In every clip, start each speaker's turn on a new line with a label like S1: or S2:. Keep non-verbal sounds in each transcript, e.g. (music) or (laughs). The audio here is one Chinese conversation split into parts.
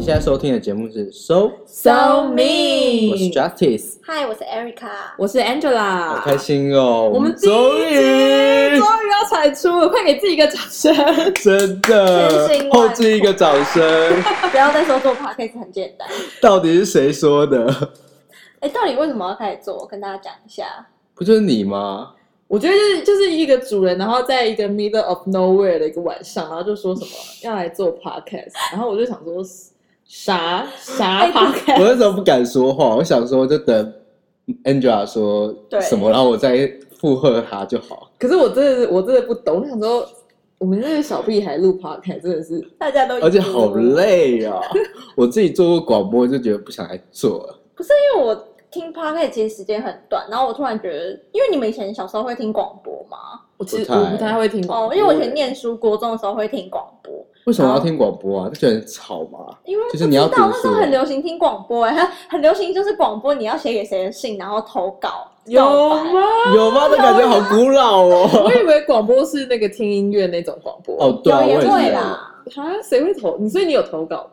S1: 现在收听的节目是 So，
S2: So
S1: 我是
S2: me，
S1: Justice，
S3: 嗨，我是 Erica。 (laughs)
S2: 我是
S1: 好
S2: Angela，
S1: 开心哦，
S2: 啊我们第一集
S1: 终于
S2: 终于要产出了，快给自己一个掌声！
S1: 真的
S3: 千辛万苦
S1: 后置一个掌声，
S3: 不要再说做 podcast 很简单。
S1: 到底是谁说的？
S3: 哎，到底为什么要开始做？我跟大家讲一下。
S1: 不就是你吗？
S2: 我觉得就是就是一个主人，然后在一个 middle of nowhere 的一个晚上，然后就说什么要来做 podcast，然后我就想说啥啥
S3: 哎
S2: podcast，
S1: 我那时候不敢说话，我想说就等 Angela 说
S3: 对
S1: 什么，然后我再附和她就好。
S2: 可是我真的是我真的不懂，我想说我们这个小屁孩录 podcast 真的是
S3: 大家都
S1: 而且好
S3: 累。
S1: 累啊！我自己做过广播，就觉得不想来做了。
S3: 因为我听 podcast 其实时间很短，然后我突然觉得，因为你们以前小时候会听广播吗？
S2: 我其实
S1: 不太
S2: 我不太会听
S1: 嗯
S3: 哦，因为我以前念书，国中的时候会听广播，
S1: 为什么要听广播啊？就觉得很吵嘛。
S3: 因为
S1: 就是你要
S3: 不知道
S1: 读
S3: 那
S1: 书
S3: 时候很流行听广播、哎，很流行就是广播，你要写给谁的信，然后投稿。
S2: 有
S3: 告白？
S2: 吗？
S1: 有吗？这感觉好古老
S2: 我 (laughs)
S1: 哦。
S2: 以为广播是那个听音乐那种广播
S1: 哦，对啊，
S3: 有
S1: 我也
S3: 也
S1: 是
S3: 会
S1: 这样。
S3: 啦，
S2: 啊，谁会投？你所以你有投稿吗？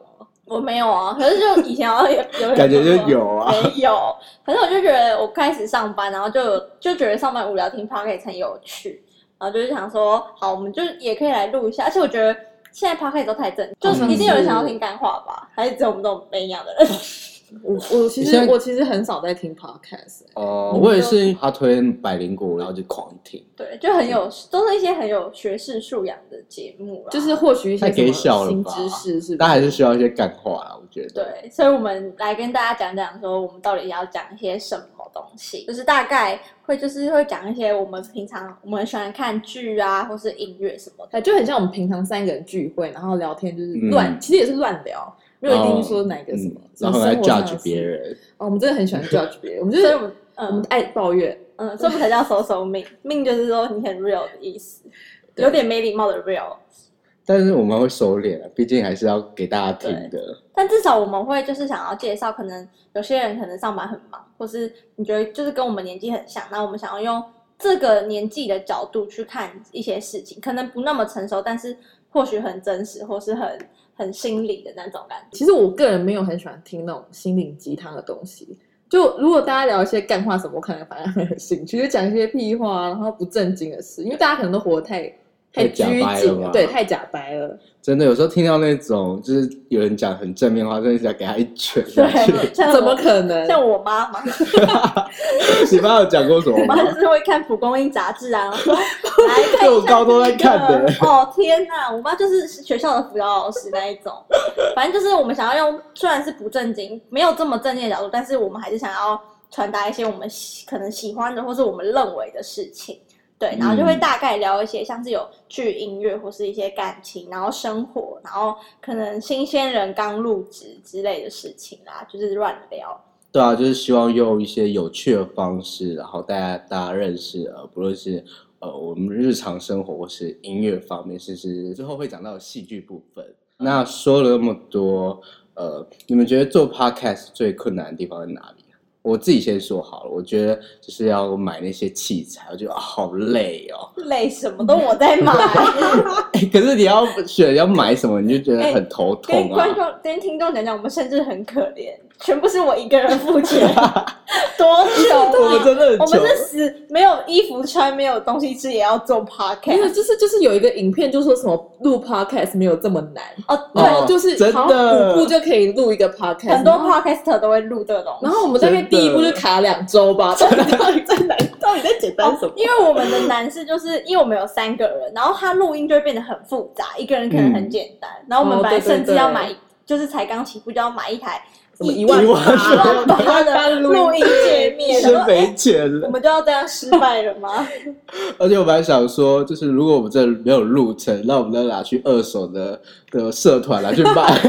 S3: 我没有啊，可是就以前好像有有
S1: 感觉就有啊
S3: 没有。可是我就觉得我开始上班，然后就有就觉得上班无聊，听 podcast 很有趣，然后就是想说，好，我们就也可以来录一下。而且我觉得现在 podcast 都太正，就
S2: 好像
S3: 一定有
S2: 哦
S3: 人
S2: 是
S3: 想要听干话吧？还是只有我们这种没营养的人？
S2: (laughs) 我我其
S1: 你
S2: 实
S1: 现在
S2: 我其实很少在听 podcast，欸、
S1: 哦，我也是他推百灵果，然后就狂听。
S3: 对，就很有，都是一些很有学识素养的节目啦。
S2: 就是获取一些
S1: 太给
S2: 什
S1: 小
S2: 么
S1: 了
S2: 新
S1: 吧
S2: 知识是
S1: 但
S2: 吧？
S1: 还是需要一些干话啦，我觉得。
S3: 对，所以我们来跟大家讲讲，说我们到底要讲一些什么东西，就是大概会就是会讲一些我们平常我们喜欢看剧啊，或是音乐什么的。
S2: 哎，就很像我们平常三个人聚会，然后聊天就是
S1: 嗯
S2: 乱，其实也是乱聊，没有一定说哪个什
S1: 嗯
S2: 么，，
S1: 然后
S2: 什么
S1: 来
S2: 生活上的
S1: judge 别人，
S2: 事。哦，我们真的
S1: (laughs)
S2: 很喜欢 judge 别人，我们就
S3: 所以
S2: 是
S3: 我们
S2: 我们
S3: 嗯
S2: 爱抱怨，
S3: 嗯，这不才叫收手
S2: (laughs)
S3: 命，命就是说你很 real 的意思，
S2: 对
S3: 有点没礼貌的 real。
S1: 但是我们会收敛啊，毕竟还是要给大家听的。
S3: 但至少我们会就是想要介绍，可能有些人可能上班很忙，或是你觉得就是跟我们年纪很像，那我们想要用这个年纪的角度去看一些事情，可能不那么成熟，但是或许很真实，或是很很心理的那种感觉。
S2: 其实我个人没有很喜欢听那种心灵鸡汤的东西。就如果大家聊一些干话什么，我可能反而很有兴趣，就讲一些屁话啊，然后不正经的事，因为大家可能都活得太
S1: 太
S2: 拘
S1: 假掰了
S2: 谨
S1: 吧
S2: 了，对，太假白了。
S1: 真的，有时候听到那种就是有人讲很正面的话，真的想给他一拳下去。 (laughs)
S3: 对，像我
S2: 啊怎么可能？
S3: 像我妈妈，
S1: 你爸有讲过什么
S3: 我
S1: 吗
S3: 妈？就是会看蒲公英杂志啊，然后说
S1: (laughs)
S3: 来看一下
S1: 这我高中在看的
S3: 这个哦天哪，我妈就是学校的辅导老师那一种。反正就是我们想要用，虽然是不正经，没有这么正经的角度，但是我们还是想要传达一些我们喜可能喜欢的，或是我们认为的事情。对，然后就会
S1: 嗯
S3: 大概聊一些，像是有去音乐或是一些感情，然后生活，然后可能新鲜人刚入职之类的事情啦，就是乱聊。
S1: 对啊，就是希望用一些有趣的方式，然后带大大家认识，呃，不论是呃我们日常生活或是音乐方面，甚至之后会讲到戏剧部分。
S3: 嗯
S1: 那说了那么多，呃，你们觉得做 podcast 最困难的地方在哪里啊？我自己先说好了，我觉得就是要买那些器材，我觉得、啊好累哦。 (laughs)
S3: 累什么都我在 (laughs) 买，
S1: 可是你要选要买什么，你就觉得
S3: 哎
S1: 很头
S3: 跟
S1: 痛啊。
S3: 观众、跟听众讲讲，我们甚至很可怜，全部是我一个人付钱，多
S1: 我们
S3: 穷啊！
S1: 真的很
S3: 我
S1: 穷
S3: 们是死没有衣服穿，没有东西吃，也要做
S2: 没有，
S3: podcast
S2: 就是就是有一个影片，就说什么录 podcast 没有这么难，
S3: 哦。
S2: 然后
S3: 对，
S2: 就是
S1: 真的
S2: 好像五步就可以录一个 podcast，
S3: 很多
S2: 然后
S3: podcaster 都会录这个东西
S2: 然。后我们大概
S1: 真的
S2: 第一步就卡两周吧，到底到底在难，到底在简单什
S3: 哦
S2: 么？
S3: 因为我们的难事就是因为我们有三个人，然后他录音就会变得很复杂，一个人可能很简单，然后我们
S2: 哦
S3: 本来
S2: 对对
S3: 甚至要
S2: 对
S3: 买，就是才刚起步就要买一台
S2: 什么
S3: 一
S2: 一万
S1: 一万
S2: 八
S3: 万八的录音界面，
S1: (laughs)
S3: 然
S1: 是
S3: 后
S1: 没钱了
S3: 哎我。们就要这样失败了吗？
S1: 而且我本来想说，就是如果我们这没有路程，那我们再拿去二手的的社团来去卖。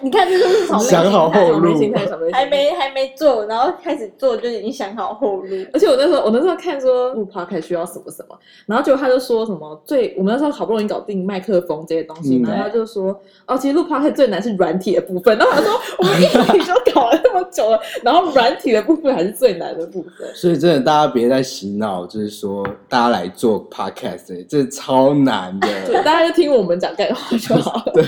S3: 你看，这就是从内
S1: 想好后路
S2: 小明星态小明星态
S3: 还没还没做，然后开始做就已经想好后路。
S2: 而且我那时候，我那时候看说录 podcast 需要什么什么，然后结果他就说什么最，我们那时候好不容易搞定麦克风这些东西，
S1: 嗯
S2: 然后他就说，哦，其实录 podcast 最难是软体的部分。然后我说，我们一体就搞了那么久了，然后软体的部分还是最难的部分。
S1: 所以真的，大家别再洗脑，就是说大家来做 podcast，这超难
S2: 对，
S1: 的。
S2: 大家就听我们讲干话就好了。 (laughs)
S1: 对，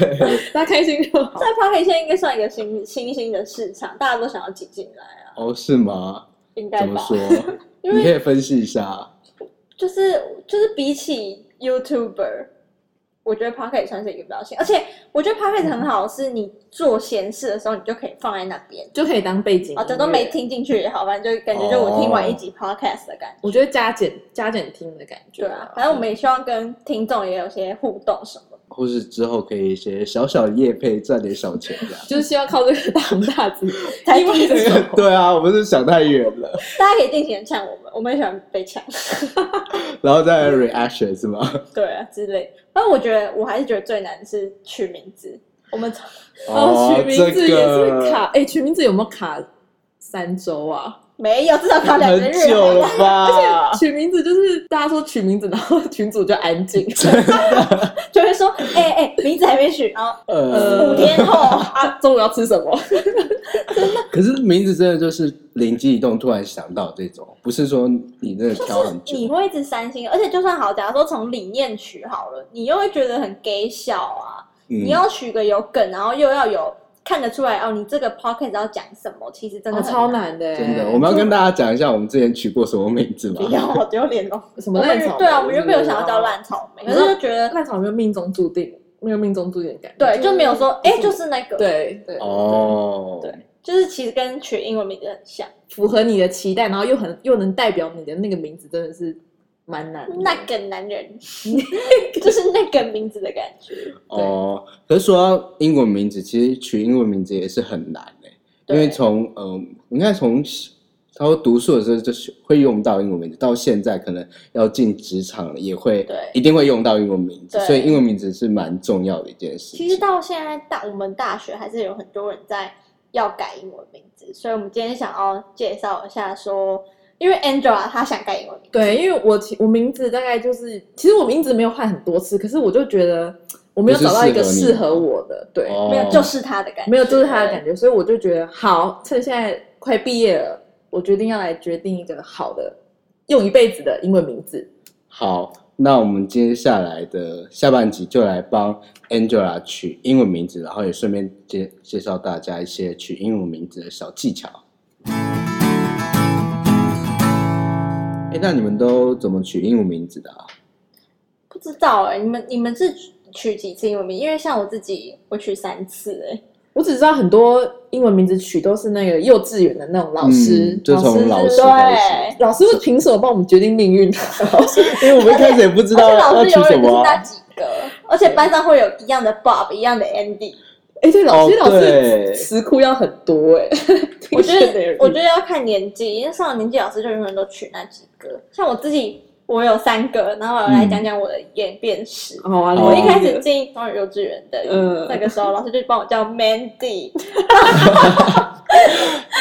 S2: 大家开心就好
S3: 在。p o c k e t 现在应该算一个新新兴的市场，大家都想要挤进来啊，
S1: 哦，是吗？
S3: 应该
S1: 怎么
S3: 吧？
S1: 说？
S3: 因
S1: 你
S3: 为
S1: 可以分析一下。
S3: 就是就是比起 YouTuber，我觉得 Pocket 算是一个标签，而且我觉得 Pocket 很好，是你做闲事的时候你就可以放在那边，
S2: 就可以当背景
S1: 嗯
S3: 啊，
S2: 音乐
S3: 假装没。听进去也好，反正就感觉就我听
S1: 哦
S3: 完一集 Podcast 的感觉。
S2: 我觉得加减加减听的感觉。。
S3: 对啊，反正我们也希望跟听众也有些互动什么的。
S1: 或是之后可以一些小小的业配赚点小钱这样
S2: 就是希望靠这个大 (laughs) 红大紫，
S3: 才
S2: 因为
S3: 第一
S2: 这 (laughs) 个
S1: 对啊，我们是想太远了，
S3: 大家可以定期的呛我们，我们也喜欢被呛，
S1: 然后再来 reaction 是吗？
S3: 对啊之类。反正我觉得我还是觉得最难是取名字，我们从
S2: 哦，取名字
S1: 这
S2: 也是
S1: 个
S2: 卡，哎、取名字有没有卡三周啊？
S3: 没有至少考两个
S1: 很
S3: 月，
S1: 久了吧？
S2: 取名字就是大家说取名字，然后群主就安静。
S1: (laughs)
S3: 就会说，哎、哎、名字还没取，然后
S1: 呃
S3: 五，天后。
S2: (laughs) 啊，中午要吃什么？
S1: 可是名字真的就是灵机一动，突然想到这种，不是说你真的挑很久。
S3: 你会一直三心，而且就算好，假如说从理念取好了，你又会觉得很给小啊。你
S1: 嗯，
S3: 要取个有梗，然后又要有看得出来哦，你这个 pocket 要讲什么，其实真的欸
S2: 哦
S3: 很
S2: 超。难的、
S1: 真的，我们要跟大家讲一下我们之前取过什么名字
S3: 不
S1: 吗？
S3: 要，好丢脸哦。
S2: 什
S3: 我
S2: 么烂
S3: 们
S2: 草莓？
S3: 对啊，我们原本有想要叫烂草莓，可是就觉得
S2: 烂草莓，没有命中注定，没有命中注定的感觉。
S3: 对，就没有说哎，就是那个，，
S2: 对对
S1: 哦，
S3: 对就是其实跟取英文名字很像，
S2: 符合你的期待，然后又很又能代表你的那个名字，真的是蛮难的。
S3: 那个男人， (laughs) 就是那个名字的感觉。
S1: 哦，可是说到英文名字，其实取英文名字也是很难诶、因
S3: 对
S1: 为从嗯、呃，你看从他说读书的时候就是会用到英文名字，到现在可能要进职场了也会，
S3: 对
S1: 一定会用到英文名字，
S3: 对
S1: 所以英文名字是蛮重要的一件事情。
S3: 其实到现在大我们大学还是有很多人在要改英文名字，所以我们今天想要介绍一下说，因为 Angela 她想改英文名字，
S2: 对，因为我其我名字大概就是，其实我名字没有换很多次，可是我就觉得我没有找到一个
S1: 不是
S2: 适
S1: 适合你
S2: 合我的，对，
S1: 哦
S3: 没有就是她的感觉，
S2: 没有就是他的感
S3: 觉。
S2: 觉，所以我就觉得好，趁现在快毕业了，我决定要来决定一个好的，用一辈子的英文名字。
S1: 好，那我们接下来的下半集就来帮 Angela 取英文名字，然后也顺便介介绍大家一些取英文名字的小技巧。哎、那你们都怎么取英文名字的啊？
S3: 不知道哎、你们你们是取几次英文名？因为像我自己，我取三次哎、
S2: 我只知道很多英文名字取都是那个幼稚园的那种老师，
S1: 嗯就从
S2: 老
S1: 老
S2: 师
S1: 师开
S3: 对
S1: 始，
S2: 老师会凭什么帮我们决定命运？
S1: (laughs) 因为我们一开始也不知
S3: 而
S1: 道
S3: 且老
S1: 要
S3: 师
S1: 取
S3: 永
S1: 什
S3: 远就
S1: 么
S3: 是那
S1: 啊、
S3: 几个，而且班上会有一样的 Bob，一样的 Andy。
S2: 哎、对，老师、
S1: 哦
S2: 老师
S1: 对
S2: 词库要很多哎、
S1: (laughs)
S3: 我觉
S2: (laughs) 听起来有
S3: 得
S2: 点
S3: 我觉得要看年纪，因为上了年纪，老师就永远都取那几个。像我自己，我有三个，然后我来讲讲我的演变史。
S2: 好啊，
S1: 我
S3: 我
S2: 我
S3: 一
S2: 一
S3: 开
S2: 开
S3: 始
S2: 始
S3: 进中幼稚园的，
S1: 哦
S2: 嗯
S3: 那个时候老师就帮我叫 Mandy，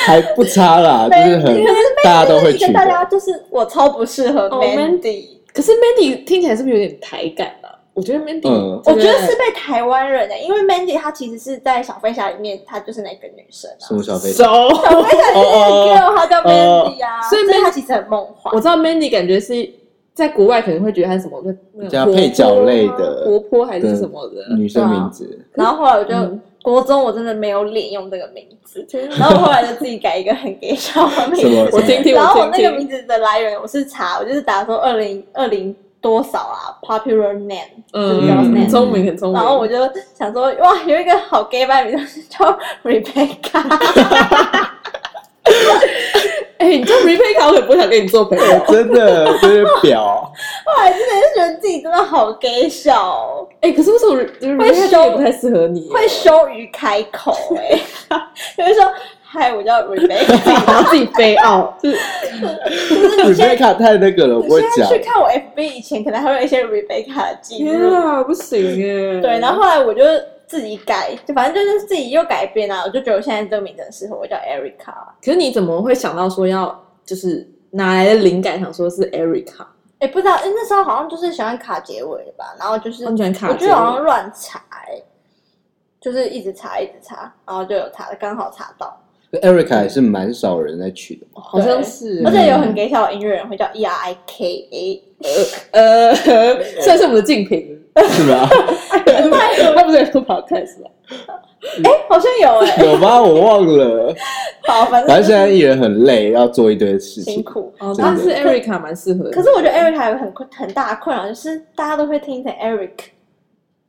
S1: 还不差啦， (laughs) 就是很
S3: (laughs) 对可
S1: 大家都会
S3: 一个
S1: 取
S3: 大家
S1: 的。
S3: 就是我超不适合
S2: 哦
S3: Mandy，
S2: 可是 Mandy 听起来是不是有点台感啊？我觉得 Mandy，、
S1: 嗯
S3: 我觉得是被台湾人的、欸因为 Mandy 她其实是在小飞侠里面，她就是那个女生啊
S1: 什。么小飞
S2: 熟。 (laughs)
S3: 小飞侠里面
S1: 哦
S3: 那个 girl，她叫
S1: 哦
S3: Mandy 啊，
S2: 所以
S3: 她其实很梦幻
S2: 我。知道 Mandy 感觉是在国外可能会觉得她是什么那
S1: 加
S2: 种活泼
S1: 配角类的
S2: 活泼还是什么
S3: 嗯
S2: 的。
S1: 女生名字，
S3: 然后后来我就、
S2: 嗯
S3: 国中我真的没有脸用这个名字，
S2: 天哪
S3: 然后我后来就自己改一个很给笑的名
S1: 什么
S3: 字。
S2: 我听听，
S3: 然后我
S2: 我
S3: 那个
S2: 听
S3: 名
S2: 听。
S3: 字的来源我是查，我就是打说二零二零多少啊，popular name，
S2: 嗯，很聪明，很聪明。
S3: 然后我就想说哇，有一个好 gay 版名字叫 (laughs) Rebecca，
S2: 哎，你叫 Rebecca，我可不想跟你做朋 (laughs)
S3: 啊
S2: 友。
S1: 真的就是表，
S3: 后来真的是觉得自己真的好 gay 笑、哦，
S2: 哎，可是为什么 Rebecca 也不太适合你？
S3: 会羞于开口哎、 (laughs) 就是说嗨，我叫 Rebecca，
S2: (laughs) (laughs) 然后自己飞 (laughs) 傲，就是
S3: (laughs) 就是你现在。
S1: Rebecca 太那个了，我不会
S3: 现
S1: 讲
S3: 在。去看我 FB 以前，可能还会有一些 Rebecca 的记
S2: 天
S3: 录。
S2: 啊，不行耶。
S3: 对，然后后来我就自己改，就反正就是自己又改变啊，我就觉得我现在这个名字很适合我，叫 Erica。
S2: 可是你怎么会想到说要就是拿来的灵感，想说是 Erica？
S3: 哎，不知道，因为那时候好像就是喜欢卡结尾吧，然后就是
S2: 哦你喜欢卡
S3: 我
S2: 结
S3: 觉
S2: 尾
S3: 得好像乱查、欸，就是一直查一直查，然后就有查，刚好查到。
S1: Erica 也是蛮少人在取的嘛。
S2: 好像是，
S1: 嗯
S3: 而且有很给小的音乐人会叫 E R I K A，
S1: (laughs)
S2: 呃，算是我们的竞品。
S1: (laughs) 是吧？
S2: 他不是也说 podcast 吗？
S3: 好像有哎、
S1: 有吗？我忘了。
S3: 好，反
S1: 反
S3: 正
S1: 正现在
S3: 就是
S1: 艺人很累，要做一堆事
S3: 辛
S1: 情。
S3: 苦。
S2: 哦，
S1: 真的
S2: 但是 Erica 蛮适合的。
S3: 可是我觉得 Eric 还有很困很大的困扰，就是大家都会听成 Eric，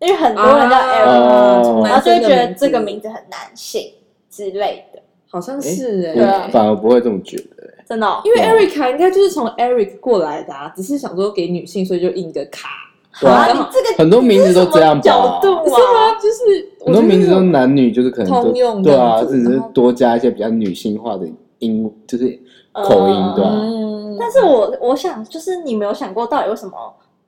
S3: 因为很
S2: 啊
S3: 多人叫 Eric，、
S1: 哦
S3: 然后就会觉得
S2: 男生的名字
S3: 啊这个名字很男性之类的，
S2: 好像是
S1: 我
S3: 对啊
S2: 哎，
S1: 反而不会这么觉得。
S3: 真的哦、
S2: 因为
S1: 对啊
S2: Erica 应该就是从 Eric 过来的，啊，只是想说给女性，所以就印个卡。
S1: 对啊
S3: 啊，你这个
S1: 很多名字都这样
S3: 这是什么角
S1: 吧？
S3: 度
S2: 是
S3: 啊，
S2: 吗？就是
S1: 很多名字都
S2: 我觉得
S1: 男女，就是可能都
S2: 通用的
S1: 对啊，
S2: 名字
S1: 只是
S2: 然后
S1: 多加一些比较女性化的音，就是口音对啊吧
S2: 嗯，
S3: 呃但是我我想，就是你没有想过，到底为什么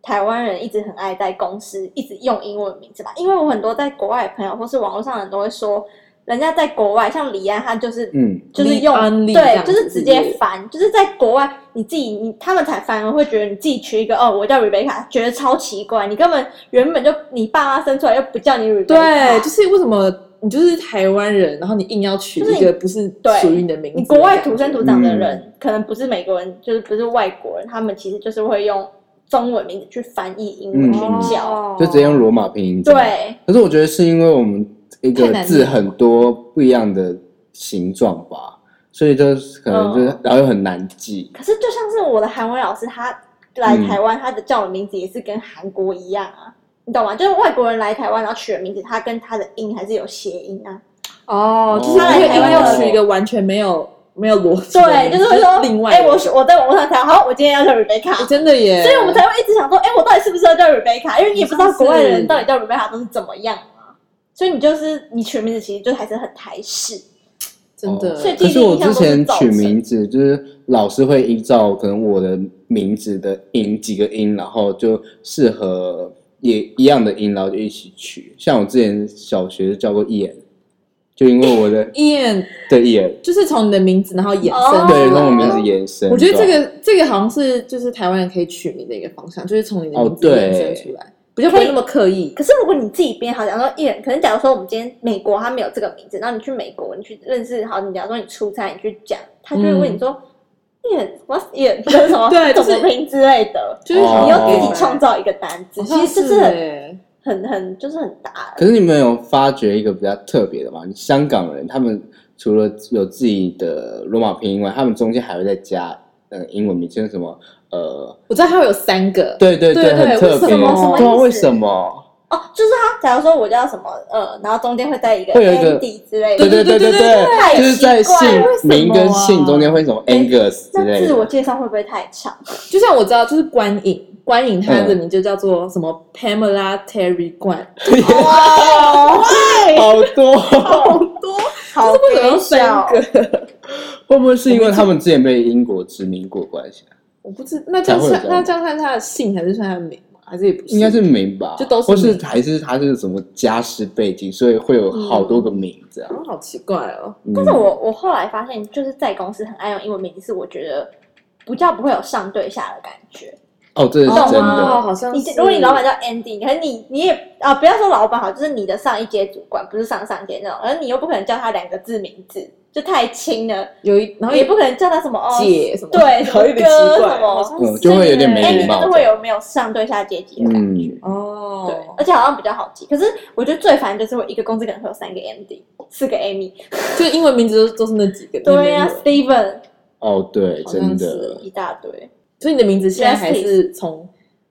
S3: 台湾人一直很爱在公司一直用英文名字吧？因为我很多在国外的朋友或是网络上的人都会说，人家在国外像李安，他就是
S1: 嗯，
S3: 就是
S2: 李
S3: 用
S2: 安利这
S3: 对，
S2: 样
S3: 就是
S2: 子
S3: 直接
S2: 是
S3: 翻，就是在国外你自己你他们才反而会觉得你自己取一个哦，我叫 Rebecca，觉得超奇怪，你根本原本就你爸妈生出来又不叫你 Rebecca，
S2: 对，就是为什么你就是台湾人，然后你硬要取
S3: 就是
S2: 一
S3: 你
S2: 个不是属于你的名字？
S3: 你国外土生土长的人，
S1: 嗯
S3: 可能不是美国人，就是不是外国人，他们其实就是会用中文名字去翻译英
S1: 嗯
S3: 文名哦
S1: 嗯
S3: 叫。
S2: 哦
S1: 就直接用罗马拼音。
S3: 哦对，
S1: 可是我觉得是因为我们一
S2: 太
S1: 个
S2: 难
S1: 字
S2: 念
S1: 很多不一样的形状吧，所以就是可能就是、
S3: 嗯
S1: 然后又很难记。
S3: 可是就像是我的韩文老师，他来
S1: 嗯
S3: 台湾，他的叫的名字也是跟韩国一样啊，你懂吗？就是外国人来台湾，然后取的名字，他跟他的音还是有谐音啊。
S2: 哦，就是
S1: 他来
S2: 那个
S3: 台
S2: 硬
S3: 湾
S2: 要
S3: 的
S2: 取一个完全没有没有逻辑的名
S3: 对，
S2: 字，
S3: 就是会说，
S2: 另外
S3: 哎、
S2: 一个
S3: 我是我在网络上查，好，我今天要叫 Rebecca，
S2: 哎真的耶，
S3: 所以我们才会一直想说，哎、我到底是不是要叫 Rebecca？因为你也不知道国外的人
S2: 是
S3: 到底叫 Rebecca 都是怎么样嘛，所以你就是你取名字其实就还是很台式，
S2: 真的
S1: 哦
S3: 所以
S1: 可
S3: 第一
S1: 是
S3: 个
S1: 我
S3: 印象
S1: 之
S3: 都是
S1: 前
S3: 造
S1: 取
S3: 成
S1: 名字，就是老师会依照可能我的名字的音几个音，然后就适合也一样的音，然后就一起取。像我之前小学就叫过燕，就因为我的
S2: (laughs) Ian
S1: 对燕，
S2: 就是从你的名字然后衍生
S3: 哦
S2: 出
S1: 对，
S2: 来
S1: 跟我名字延伸。
S2: 我觉得这
S1: 对吧
S2: 个这个好像是就是台湾人可以取名的一个方向，就是从你的
S1: 哦
S2: 名字
S1: 对
S2: 衍生出来，比较不会那么刻意。
S3: 可是如果你自己编好，假如说艺人，可能假如说我们今天美国他没有这个名字，然后你去美国，你去认识好，你假如说你出差，你去讲，他就会问你说，艺人 what's 艺人 (laughs) 就是什么
S2: 嗯对就
S3: 怎
S2: 是
S3: 么拼之类的，
S2: 就是
S1: 哦
S3: 你
S2: 想
S3: 又
S2: 要
S3: 自己创，造一个单字，
S2: 好
S3: 其
S2: 像欸
S3: 实
S2: 是
S3: 这是很
S2: 耶
S3: 很很就是很大
S1: 可是你们有发觉一个比较特别的吗？香港人他们除了有自己的罗马拼音外，他们中间还会再加呃英文名，就是什么呃，
S2: 我知道它会有三个，
S1: 对对
S2: 对对
S1: 很特别，
S2: 为什么
S3: 什么
S1: 对啊，
S3: 意思
S1: 为什么？
S3: 哦，就是他假如说我叫什么呃，然后中间会带一个
S1: 会有一个
S3: Andy 之类的，
S1: 对
S2: 对
S1: 对
S2: 对
S1: 对
S2: 对
S3: 对
S1: 就是在姓
S3: 太奇怪了
S1: 名
S2: 为什
S1: 跟
S2: 么啊
S1: 姓中间会什么 Angus 之
S3: 那
S1: 类
S3: 自我
S1: 的，
S3: 介绍会不会太长？
S2: 就像我知道，就是观影，观影它
S1: 嗯
S2: 的名就叫做什么 Pamela Terry 冠，
S3: 哇，哦
S1: 好多，
S2: 好多，
S3: (laughs) 好
S2: 为什么要三
S3: 笑，
S2: 个？
S1: 会不会是因为他们之前被英国殖民过关系啊？
S2: 我不知，那这样
S1: 才会有
S2: 算
S1: 这样
S2: 那这样算他的姓还是算他的名吗？还是也不是？
S1: 应该是名吧，
S2: 就都是
S1: 或是
S2: 名
S1: 还是他是什么家世背景，所以会有好多个名字啊
S2: 啊。，好奇怪哦。
S1: 但
S3: 但是我我后来发现，就是在公司很爱用英文名字，是我觉得比较不会有上对下的感觉。
S1: 哦，这是
S3: 懂
S1: 真的
S3: 吗。
S2: 哦，好像
S3: 你
S2: 是
S3: 如果你老板叫 Andy，可是你你也啊，不要说老板好，就是你的上一阶主管，不是上上阶那种，而你又不可能叫他两个字名字，就太轻了，
S2: 有一，然
S3: 然
S2: 后
S3: 后也不可能叫他什么哦
S2: 姐什么，
S3: 对
S2: 好像有点
S3: 什么
S2: 奇
S3: 哥
S2: 怪，
S3: 什么
S2: 好像
S1: 嗯
S2: 是
S1: 就会有
S2: 耶
S1: 点没
S3: 哎，
S1: 礼
S3: 你
S1: 貌
S3: 就是会有没有上对下阶级的感觉，
S1: 嗯，
S2: 哦，
S3: 而且好像比较好记。可是我觉得最烦就是我一个公司可能会有三个 Andy，四个 Amy，
S2: 就英文名字都都是那几个。
S3: 对呀、
S2: 那
S3: s
S2: 边
S3: t e v e n
S1: 哦，对，
S2: 好
S1: 真
S2: 像是
S1: 的，
S3: 一大堆。
S2: 有所以你的名字现在还是从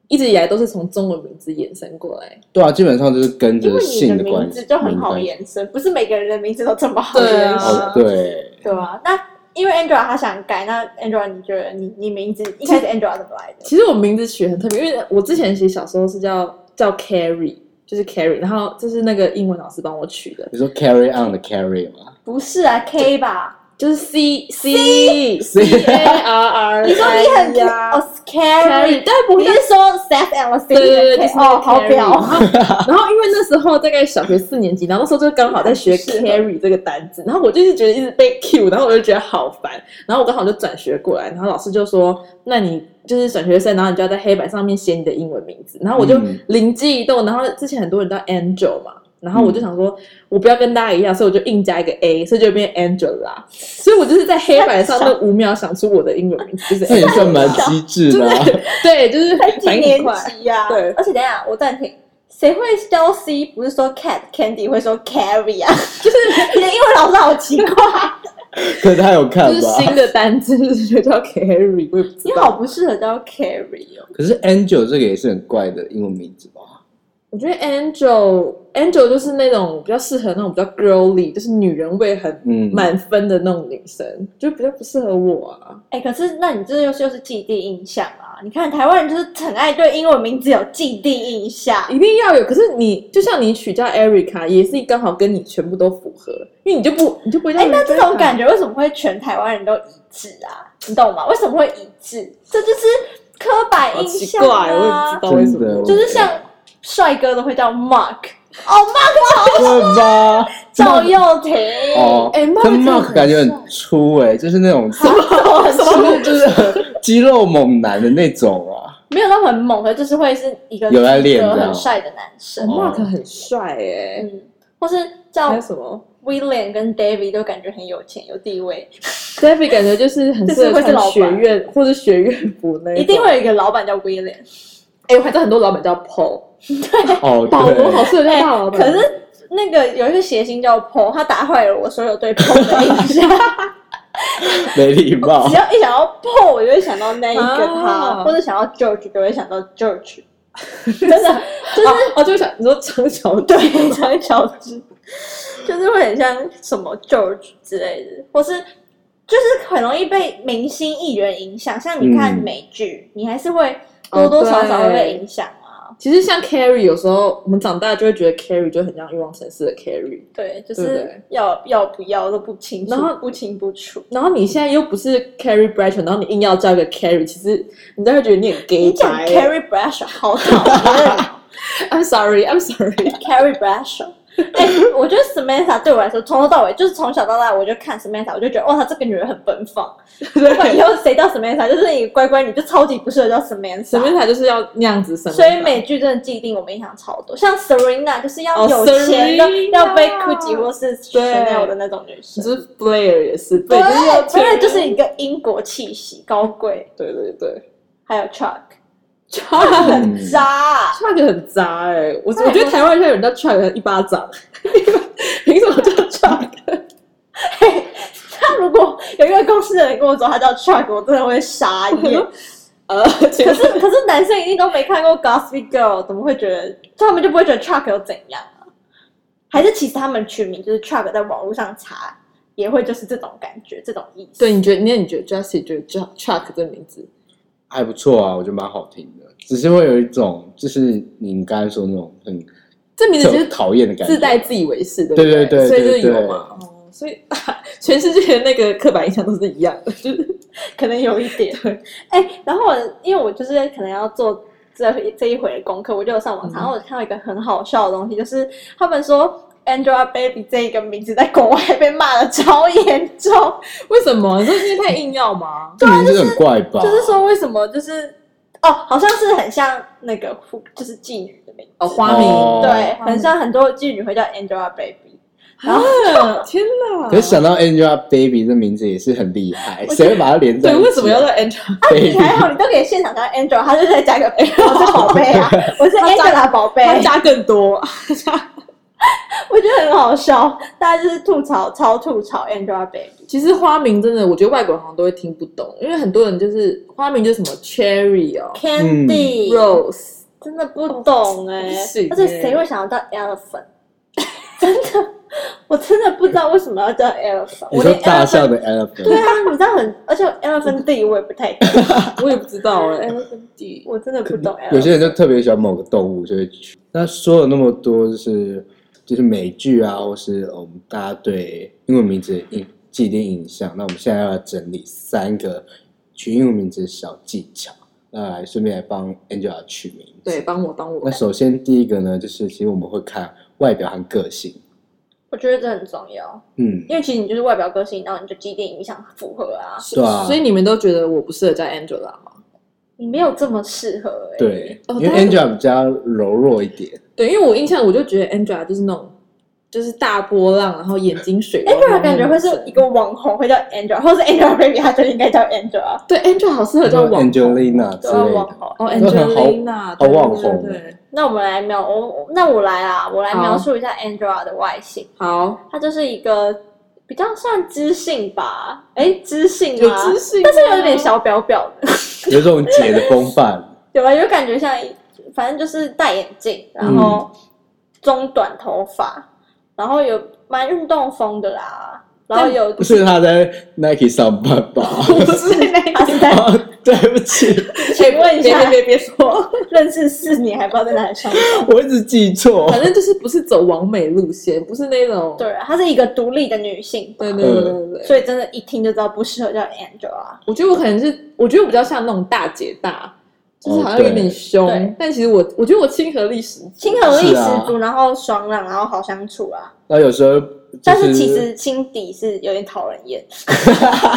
S2: 一直以来都是从中文名字衍生过来。
S1: 对啊，基本上就是跟
S3: 因
S1: 着
S3: 为你
S1: 姓
S3: 的名
S1: 关
S3: 字
S1: 系，
S3: 就很
S1: 名
S3: 好
S1: 关系
S3: 延伸，不是每个人的名字都这么好
S2: 对
S3: 延
S2: 啊
S1: 哦，
S3: 伸，
S1: 对，
S3: 对啊，那因为 Angela 她想改，那 Angela 你觉得你你名字一开始 Angela 怎么来的？
S2: 其实我名字取得很特别，因为我之前其实小时候是叫叫 Carrie，就是 Carrie，然后这是那个英文老师帮我取的，
S1: 你说 carry on 的 carry 吗？
S3: 不是啊，K 吧？
S2: 就是 C C C A R R，
S3: (laughs) 你说你很
S2: 呀。
S3: 哦，scary，
S2: 哎 Carrie，但不
S3: 你
S2: 是
S3: 是说 Seth and l a c
S2: 对对对，就是那
S3: 哦，
S2: 个
S3: 好
S2: Carrie
S3: 表
S2: 然，后， (laughs) 然后因为那时候大概小学四年级，然后那时候就刚好在学
S3: (laughs) 是
S2: carry 这个单字，然后我就是觉得一直被 Q，然后我就觉得好烦，然后我刚好就转学过来，然后老师就说，那你就是转学生，然后你就要在黑板上面写你的英文名字，然后我就
S1: 嗯
S2: 灵机一动，然后之前很多人叫 Angel 嘛，然后我就想说，我不要跟大家一样，所以我就硬加一个 A，所以就变 Angela。所以我就是在黑板上那五秒想出我的英文
S1: (laughs)
S2: 名字，就是
S1: 这也
S2: Angela
S1: 算蛮机智的、啊。
S2: 对，就是 (laughs)
S3: 才几
S2: 反应
S3: 年
S2: 很快 (laughs)
S3: 级呀、
S2: 对
S3: 而且等一下我暂停，谁会教 C？不是说 cat Candy 会说 carry (laughs) 啊？就是你的英文老师好奇怪，
S1: 可是他有看
S2: 就是
S1: 吧？
S2: 新的单字，就是觉得叫 carry，我也不知
S3: 你
S2: 道。
S3: 好不适合教 carry 哦。
S1: 可是 Angel 这个也是很怪的英文名字吧？
S2: 我觉得 Angel Angel 就是那种比较适合那种比较 girly，就是女人味很
S1: 嗯
S2: 满分的那种女生，就比较不适合我啊。
S3: 哎、可是那你这就是就是既定印象啊！你看台湾人就是很爱对英文名字有既定印象，
S2: 一定要有，可是你就像你取叫 Erica，也是刚好跟你全部都符合，因为你就不你就不会叫
S3: 哎、那
S2: Rebecca
S3: 这种感觉为什么会全台湾人都一致啊？你懂吗？为什么会一致？这就是刻板
S2: 好
S3: 印
S2: 奇
S3: 象
S2: 怪，我也不
S3: 啊
S2: 知！道为什
S1: 真的
S2: 么，
S3: 就是像帅哥都会叫 Mark，哦，Mark
S1: 对吧？
S3: 赵又廷，
S1: 哦，
S2: 哎，Mark
S1: 可是
S2: 真的
S1: Mark
S2: 很
S1: 感觉很粗哎、就是那种就是
S3: (laughs)
S1: 就是肌肉猛男的那种啊。
S3: 没有到很猛的，就是会是一个
S1: 有在练
S3: 体格
S1: 这样
S3: 很帅的男生，
S1: 哦
S2: Mark 很帅哎、
S3: 嗯，或是
S2: 还
S3: 叫
S2: 有什么
S3: 嗯 William 跟 David 都感觉很有钱有地位，
S2: David 感觉就是很适合
S3: 就是会是老
S2: 穿
S3: 板
S2: 学院或者学院服那种
S3: 一定会有一个老板叫 William。
S2: 哎、我还知道很多老板叫 Paul，
S1: 哦，
S2: (laughs) 保罗好
S1: 对，
S2: 适合叫大老板，
S3: 哎可是那个有一个谐星叫 Paul，他打坏了我所有对 Paul 的印象。
S1: 没礼貌
S3: 只。要一想到 Paul，我就会想到那一个
S2: 啊
S3: 他，或者想到 George，就会想到 George。真的，就是
S2: 哦哦，就想你说张小队，
S3: 对，张 (laughs) 小只，就是会很像什么 George 之类的，或是就是很容易被明星艺人影响。像你看
S1: 嗯
S3: 美剧，你还是会多多少少
S2: 哦
S3: 会被影响啊。
S2: 其实像 Carrie，有时候我们长大就会觉得 Carrie 就很像欲望城市的 Carrie。
S3: 对，就
S2: 对不
S3: 是
S2: 对
S3: 要要不要都不清楚，
S2: 然后
S3: 不清不楚。
S2: 然后你现在又不是 Carrie Bradshaw，然后你硬要叫一个 Carrie，其实你都会觉得你很 gay
S3: 你讲
S2: (laughs)
S3: Carrie Bradshaw 好讨厌
S2: I'm sorry, I'm sorry。 (laughs)
S3: ，Carrie Bradshaw。哎、我觉得 Samantha 对我来说，从头到尾就是从小到大，我就看 Samantha，我就觉得哇，她这个女人很奔放。不管以
S2: (laughs) 对，
S3: 后谁叫 Samantha，就是你乖乖，你就超级不适合叫 Samantha。
S2: 沈冰塔就是要那样子沈冰
S3: 所
S2: 塔。
S3: 以美剧真的既定我们影响超多，像 Serena 就是要
S2: 哦
S3: 有钱的，
S2: Serena
S3: 要背 Gucci 或是 Chanel 的那种女
S2: 只
S3: 生。
S2: 是 Blair 也是，
S3: 对，
S2: 就是要
S3: 所以就是一个英国气息，高贵，
S2: 对对对
S3: 还有 Chuck，
S2: ，Chuck
S1: 嗯
S2: 很
S3: 渣啊，
S2: Chuck 很渣哎，我
S3: 对
S2: 我觉得台湾现在有人叫 Chuck 一巴掌， (laughs) 凭什么
S3: (laughs)
S2: 叫 Chuck？
S3: 他如果有一个公司的人跟我说他叫 Chuck，我真的会傻
S2: (laughs)
S3: 眼。
S2: 呃，
S3: 可
S2: 可
S3: 是可是男生一定都没看过《Gossip Girl》，怎么会觉得他们就不会觉得 Chuck 有怎样啊？还是其实他们取名就是 Chuck，在网络上查也会就是这种感觉，这种意思。
S2: 对，你觉得那你觉得 Jessie 觉得 Chuck Chuck 这名字
S1: 还不错啊，我觉得蛮好听的，只是会有一种就是你刚才说那种很
S2: 这名字其
S1: 这
S2: 实
S1: 种讨厌的感觉，
S2: 自带自以为是，对不
S1: 对对对
S2: 所以就
S1: 对
S2: 是
S1: 对
S2: 有嘛。哦，所以、 (laughs) 啊、全世界的那个刻板印象都是一样的，就是
S3: 可能有一
S2: (laughs)
S3: 点。哎、然后我因为我就是可能要做这这一回的功课，我就有上网查，
S2: 嗯
S3: 然后我看到一个很好笑的东西，就是他们说 Angelababy 这一个名字在国外 (laughs) 被骂的超严重，
S2: 为什么？你说因为太硬要吗？
S1: 这名字很怪吧？
S3: 就是说为什么就是哦，好像是很像那个就是妓女的名字，
S2: 哦，花名、
S1: 哦
S3: 对，很像很多妓女会叫 Angelababy。然后
S2: 啊！天哪！
S1: 可是想到 Angelababy 这名字也是很厉害，
S2: 我觉得
S1: 谁会把它连在一起
S2: 对，
S1: 啊？
S2: 为什么要哎在 Angel？
S3: 你
S1: Baby？
S2: (laughs)
S3: 还好，你都给现场叫 Angel，他就在加一个 baby，我是宝贝
S2: (laughs)
S3: 啊，我是
S2: 他加
S3: Angela 宝贝，
S2: 他加更多？ (laughs)
S3: (laughs) 我觉得很好笑，大家就是吐槽，超吐槽 Angelababy。
S2: 其实花名真的，我觉得外国人好像都会听不懂，因为很多人就是花名就是什么 Cherry 哦
S3: Candy、
S2: ，Rose，
S3: 真的不懂哎、
S2: 嗯不行
S3: 而且谁会想要叫 Elephant？真的，我真的不知道为什么要叫 Elephant。
S1: 你
S3: 我
S1: 说
S3: 连
S1: 大
S3: Elephant
S1: 象的 elephant，
S3: 对啊，你知道很，而且
S1: (laughs)
S3: Elephant D 我也不太懂，
S2: 我也不知道哎、d
S3: 我真的不懂 Elephant。
S1: 有些人就特别喜欢某个动物，就会去。那说了那么多，就是就是美剧啊，或是呃我们大家对英文名字的印既定印象。那我们现在要来整理三个取英文名字的小技巧，那来顺便来帮 Angela 取名字。
S2: 对，帮我帮我
S1: 那，首先第一个呢，就是其实我们会看外表和个性。
S3: 我觉得这很重要，
S1: 嗯，
S3: 因为其实你就是外表个性，然后你就积淀影响符合啊。
S1: 对啊
S2: 所以你们都觉得我不适合叫 Angela 吗？
S3: 你没有这么适合、欸。，
S1: 对，
S2: 哦
S1: 因为
S2: 但是
S1: Angela 比较柔弱一
S2: (laughs)
S1: 点，
S2: 对，因为我印象我就觉得 Angela 就是那种就是大波浪，然后眼睛水汪汪的那种。
S3: Angela 感觉会是一个网红，会叫 Angela，或是 Angelababy，她就应该叫 Angela，
S2: 对 Angela 好适合
S1: 像
S2: 叫网红
S1: Angelina 之
S3: 对啊，
S1: 类
S3: 网
S1: 的。
S3: 红。
S2: 哦
S1: 都很好
S2: ，Angelina，
S1: 好
S2: 对
S1: 网
S2: 对对
S1: 红
S2: 对，
S3: 那我们来描，我我那我来啦，我来
S2: 好
S3: 描述一下 Angela 的外形。
S2: 好，
S3: 她就是一个比较算知性吧，哎，知性
S2: 有
S3: 啊，
S2: 知性，
S3: 但是有
S2: (laughs)
S3: 点，小表表的， (laughs)
S1: 有种姐的风范，
S3: 对吧？有感觉像一，反正就是戴眼镜，然后
S2: 嗯
S3: 中短头发，然后有蛮运动风的啦，然后有 (laughs)
S1: 不是她在 Nike 上班吧？
S2: 不是那 (laughs)
S3: 她是在，
S1: 啊对不起，
S3: 请问一下，
S2: 别别别
S3: (laughs)
S2: 说，
S3: 认识四年还不知道在哪里上班。
S1: 我一直记错
S2: 反。正就是不是走完美路线，不是那种，
S3: 对，她是一个独立的女性，
S2: 对对对
S1: 嗯
S2: 对对，
S3: 所以真的，一听就知道不适合叫 Angela。
S2: 我觉得我可能是，我觉得我比较像那种大姐大，就是好像有点凶，
S3: 哦对
S2: 但其实我我觉得我亲和力十足，
S3: 亲和力
S1: 是啊
S3: 十足，然后爽朗，然后好相处啊。
S1: 那有时候就是，
S3: 但是其实心底是有点讨人厌。 (laughs)